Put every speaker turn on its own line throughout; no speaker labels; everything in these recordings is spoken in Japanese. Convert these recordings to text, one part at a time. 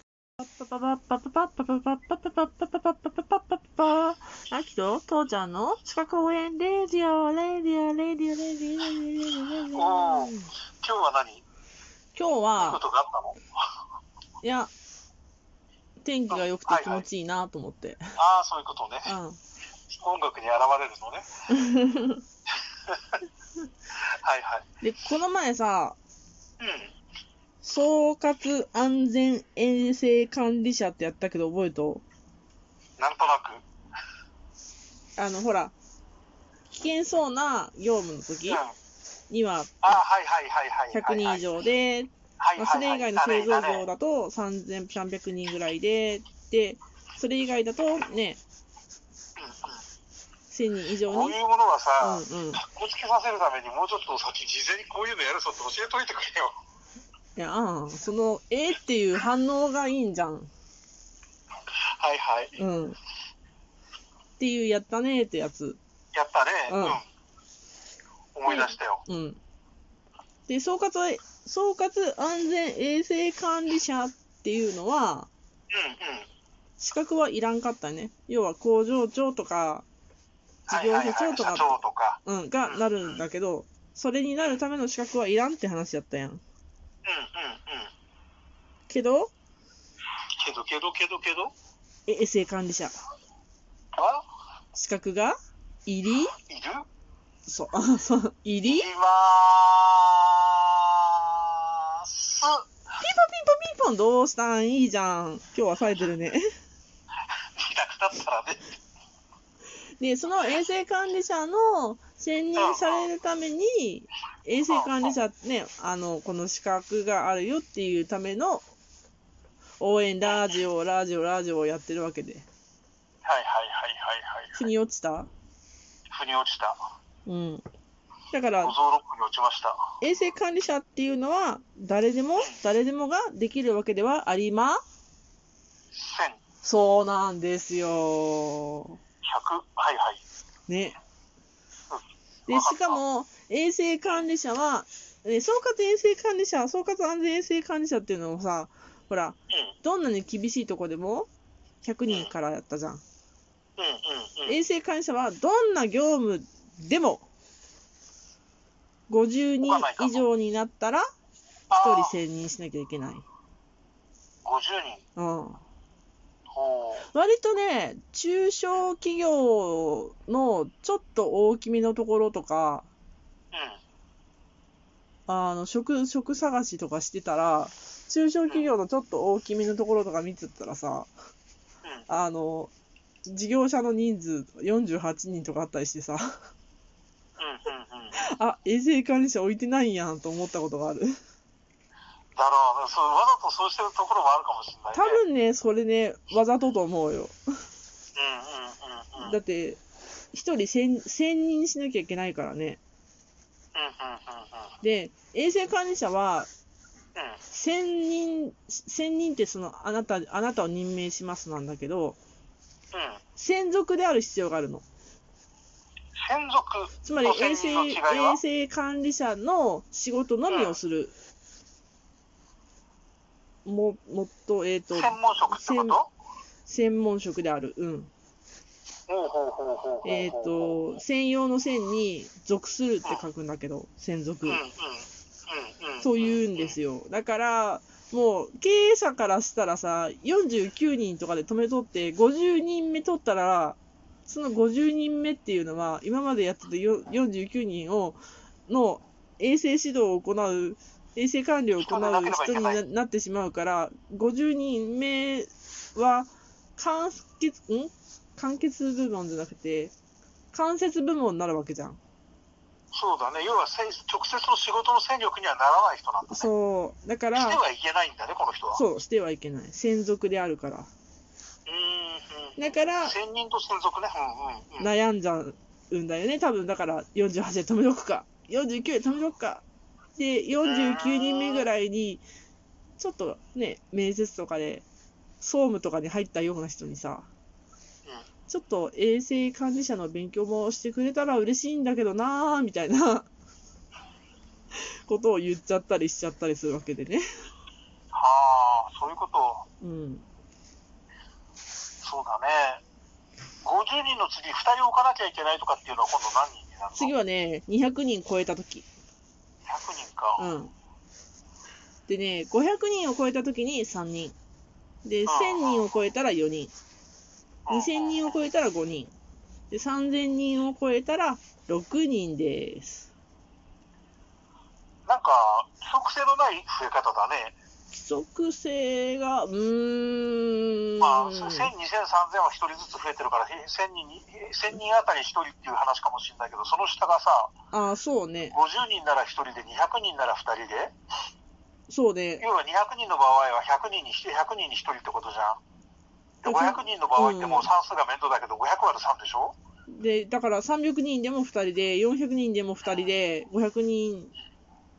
パッパパパッパパッパパッパパッパパッパパッパパッパッパパアキト父ちゃんの近く応援レディオレディオレディオレディオレディオレディオ
おー今日は何いい
今日
こ
は
とがあったの
いや天気が良くて気持ちいいなと思って、
ああ、そういうことね。
うん
音楽に現れるのね。 はいはい。
でこの前さ
うん。
総括安全衛生管理者ってやったけど覚えと
なんとなく。
あのほら危険そうな業務の時
うん。あ
には
あ、はいはいはいはいはい。
100人以上で
はい
ま
は
あ、
い
そ
はい。
れ以外の製造業だと3300人ぐらいで、で、それ以外だとね、1000人以
うんうん
上
こう
に
い。うものは
う
さ、
んうん。い
かっこつけさせるためにもうちょっと先、事前にこういうのやるぞって教えといてくれよ。
や、うん。その、えーっていう反応がいいんじゃん。
はいはい。
うん。っていう、やったねーってやつ。
やったね。
う
うんん。思い出したよ。
うん。で、総括は、総括安全衛生管理者っていうのは、
うんうん。
資格はいらんかったね。要は工場長とか、事
はい
業
はい
所
は
長
い。
と
社
か、
長とか。
うん、がなるんだけど、それになるための資格はいらんって話やったやん。
うんうんうん。
けど、
けどけどけどけど。
え衛生管理者、
あ
資格が入り
いる
そう、 あそう、入り
い
ピン
まーす。
ポンピンポンどうしたんいいじゃん。今日は冴えてるね。
いなくなったらね。
で、その衛生管理者の選任されるために、衛生管理者ね、あの、この資格があるよっていうための応援ラジオ、ラジオ、ラジオをやってるわけで。
はいはいはいはいはい。
腑に落ちた
腑に落ちた。
うん。だから
五、臓六腑に落ちました。
衛生管理者っていうのは、誰でも、誰でもができるわけではありま
千
そうなんですよ。
百はいはい。
ね。
う
で、
ん
しかも、衛生管理者は、え総括衛生管理者、総括安全衛生管理者っていうのをさ、ほら、どんなに厳しいとこでも、100人からやったじゃん。
うんうんうんうん。
衛生管理者は、どんな業務でも、50人以上になったら、1人
人。
選任しなきゃいけない。
五十人。
うん。
ほう。
割とね、中小企業のちょっと大きめのところとか、
うん。
あの職職探しとかしてたら、中小企業のちょっと大きめのところとか見てたらさ、
うん。
あの事業者の人数48人とかあったりしてさ、
うんうんうん。
あ衛生管理者置いてないんやんと思ったことがある。
だろう。そうわざとそうしてるところもあるかもしれないね。
多分ね、それね、わざとと思うよ。
うんうんうんうん。うんうんうん
だって、一人選選任しなきゃいけないからね。
う
で、衛生管理者は
んうん。うん。
専任、専任ってその、あなた、あなたを任命しますなんだけど、
うん。
専属である必要があるの。
専属。
つまり、衛
専
生、
任の違いは
衛生管理者の仕事のみをする。も、もっと、えっ、と、
専門職ってこと
専門職である。うん。
ほうほうほうほうほうほう。
えっ、と、専用の専に属するって書くんだけど、専属。と言うんです
よ。
よ。だから、もう経営者からしたらさ、49人とかで止めとって、50人目取ったら、その50人目っていうのは、今までやってたよ49人を、の衛生指導を行う、衛生管理を行う人にななってしまうから、50人目は、完結、ん完結部門じゃなくて、間接部門になるわけじゃん。
そうだね、要はせん直接の仕事の戦力にはならない人なんだね。して
そう。だから、
はいけないんだね、この人は。う
そう、してはいけない。専属であるから。
ーん。
だから、
専任と専属ね。うんうんうん。うん
悩んじゃうんだよね。多分、だから、48で止めとくか、49で止めとくか。で、49人目ぐらいに、ちょっとね、面接とかで、総務とかに入ったような人にさ、ちょっと衛生管理者の勉強もしてくれたら嬉しいんだけどなーみたいなことを言っちゃったりしちゃったりするわけでね。
はあ、そういうこ
う
と。
ん。
そうだね。50人の次、2人置かなきゃいけないとかっていうのは今度何人になるの
次はね、200人超えたとき。
100人か。
う
うん
ん。でね、500人を超えたときに3人。で、1000
あー
人を超えたら4人。2000人を超えたら5人。で、3000人を超えたら6人です。
なんか、規則性のない増え方だね。
規則性が、うーん。
まあ、1000、2000、3000は1人ずつ増えてるから、1000人に、1000人あたり1人っていう話かもしれないけど、その下がさ、
あーそうね。
50人なら1人で、200人なら2人で、
そうね。
要は200人の場合は100人に1人、100人に1人ってことじゃん。
う
で、
ん
500人の場合ってもう算数が面倒だけど、500割る3でしょ
で、だから300人でも2人で、400人でも2人で、500人、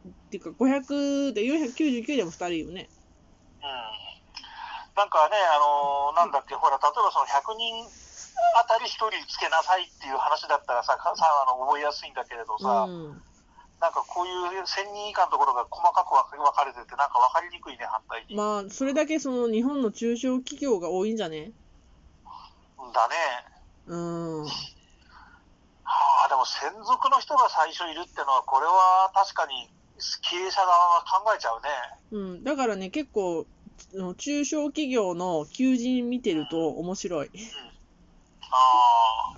っていうか500で499でも2人よね。
うんなんかね、あのーなんだっけ、ほら、例えばその100人あたり1人つけなさいっていう話だったらさ、かさあの覚えやすいんだけれど
う
さ、
ん。
なんかこういう1000人以下のところが細かく分かれてて、なんか分かりにくいね、反対に。
まあ、それだけその日本の中小企業が多いんじゃね
だね。
うん。
はあ、でも専属の人が最初いるってのは、これは確かに経営者側は考えちゃうね。
うん。だからね、結構、あの中小企業の求人見てると面白い。
ああ、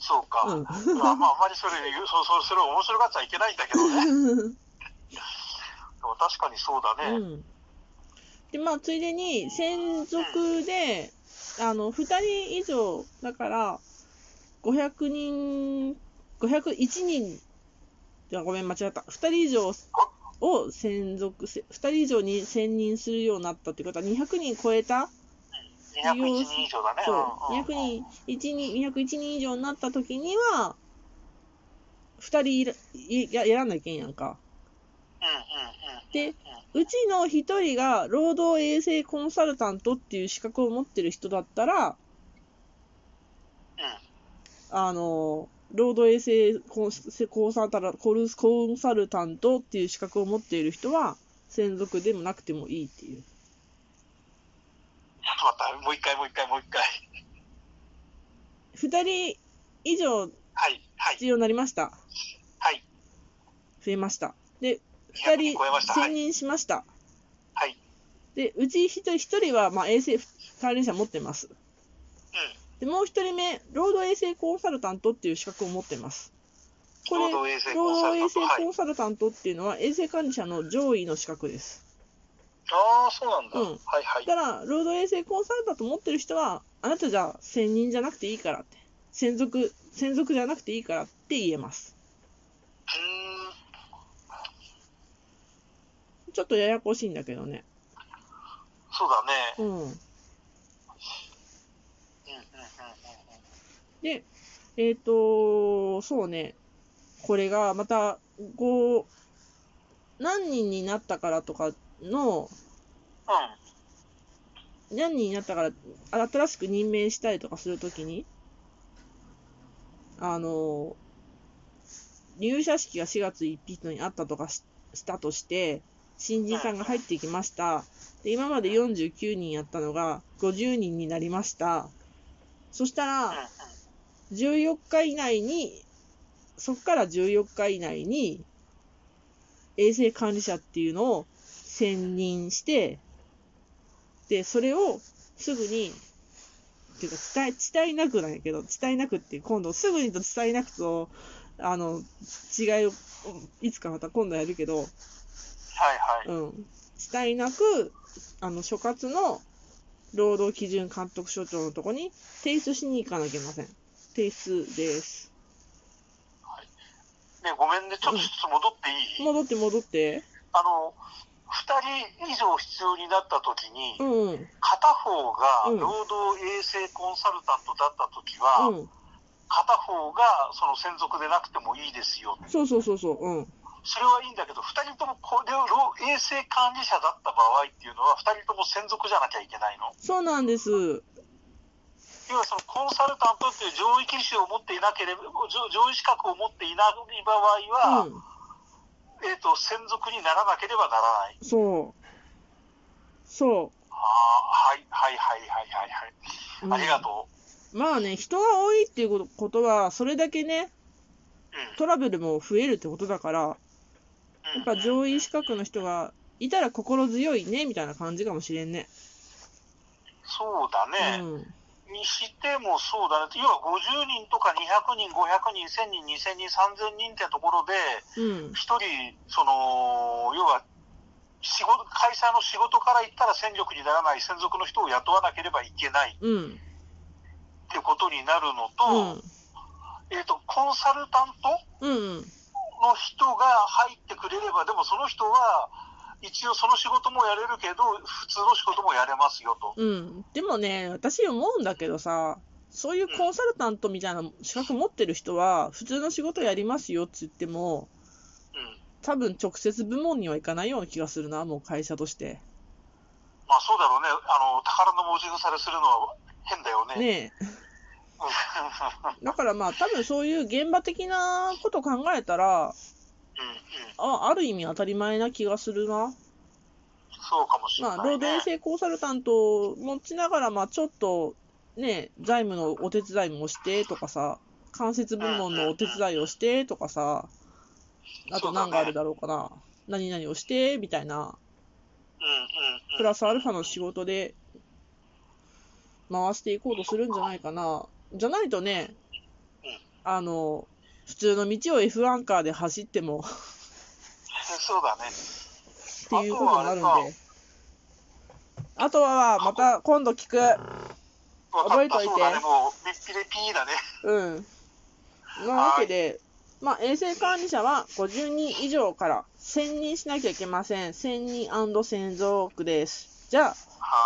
そうか。
うん
まあまあ、あんまりそれ 言う、そうそう、それを面白がっちゃいけないんだけどね。でも確かにそうだね。
うん。で、まあ、ついでに、専属で、あの、2人以上、だから、500人、501人、じゃごめん、間違った。2人以上を専属せ、2人以上に専任するようになったってことは、200人超えた
201人以上だね。
そう、
んん
200人、1人、201人以上になった時には、2人いらいや選んなきゃいけんやんか。
うんうんうん。
で、うちの1人が労働衛生コンサルタントっていう資格を持ってる人だったら、あの、労働衛生コンコンサルタンコルコンサルタントっていう資格を持っている人は、専属でもなくてもいいっていう。
ちょっと待った、もう一回、もう一回、もう一回。
2人以上
はい、はい、
必要になりました。
はい。
増えました。で、
200
2
人超えま
人
した。は
専
い、
任しました。
はい。
で、うち一人一人は、まあ、衛生関連者持ってます。で、もう一人目、労働衛生コンサルタントっていう資格を持ってます。これ、
労働衛生
労
コンサ
働
ルタ
衛
ント。
生
はい
コ。ンサルタントっていうのは、衛生管理者の上位の資格です。
ああ、そうなんだ。
うん
はい、はい。
だから、労働衛生コンサルタント持ってる人は、あなたじゃ専任じゃなくていいからって、専属、専属じゃなくていいからって言えます。
うーん。
ちょっとややこしいんだけどね。
そうだね。
うん。
うん、うん、うん、うん。
で、えっ、と、そうね、これがまた、こう、何人になったからとかの、
うん。
何人になったから、新しく任命したりとかするときに、あの、入社式が4月1日にあったとかししたとして、新人さんが入ってきました。で、今まで49人やったのが50人になりました。そしたら
うん、うん、
14日以内に、そこから14日以内に、衛生管理者っていうのを選任して、で、それをすぐに、っていうか伝え、伝えなくなんやけど、伝えなくって、今度すぐにと伝えなくと、あの、違いを、いつかまた今度やるけど、
はい、はい。
うん、伝えなく、あの、所轄の労働基準監督署長のとこに提出しに行かなきゃいけません。提出です。
ね、ごめんね、ち
う
ょっと
ん
ちょっと戻っていい、
戻って戻って。
あの、2人以上必要になったときに、
うんうん。うん。
片方が
うん
労働衛生コンサルタントだったときは、片方がその専属でなくてもいいですよ。
そうそうそうそう。うん。
それはいいんだけど、2人ともこれを労衛生管理者だった場合っていうのは、2人とも専属じゃなきゃいけないの。
そうなんです。
要はそのコンサルタントっていう上位機種を持っていなければ、上上位資格を持っていない場
う
合は、
ん。
えっ、と、専属にならなければならない。
そう。そう。
あーはいはいはいはいはいはい。
うん
ありがとう。
まあね、人が多いっていうことことは、それだけね、
うん。
トラブルも増えるってことだから、やっぱ上位資格の人がいたら心強いね、みたいな感じかもしれんね。
そうだ
う
ね。
ん。
にしてもそうだね。要は50人とか200人、500人、1000人、2000人、3000人ってところで、
うん。
一人、その、要は、仕事、会社の仕事から言ったら戦力にならない専属の人を雇わなければいけない
うん。
ってことになるの
う
と、
ん。
えっ、と、コンサルタント
うん。
の人が入ってくれれば、でもその人は、一応その仕事もやれるけど、普通の仕事もやれますよと。
うん。でもね、私思うんだけどさ、そういうコンサルタントみたいな資格持ってる人は、普通の仕事やりますよって言っても、
うん。
多分直接部門にはいかないような気がするな、もう会社として。
まあそうだろうね。あの、宝の文字腐れするのは変だよね。
ねえ。
うん う
だからまあ、多分そういう現場的なことを考えたら、
んうん。
あある意味当たり前な気がするな。
そうかもしれな
まあ、
い、ね。
労働衛生コンサルタントを持ちながら、まあ、ちょっと、ね、財務のお手伝いもしてとかさ、間接部門のお手伝いをしてとかさ、あと何があるだろうかな、何々をしてみたいな、
うんうんうん。
プラスアルファの仕事で回していこうとするんじゃないかな。じゃないとね
うん、
あの、普通の道を F1 カーで走ってもっ
そうだね。
ていうことになるんで。あとは、また今度聞く。
わか
覚え
っ
て
た
おいて
そうだね。もう、みっぴりピーだね。
うん。なわけで、まあ、衛生管理者は50人以上から1000人しなきゃいけません。1000人先増区です。じゃあ、
はい。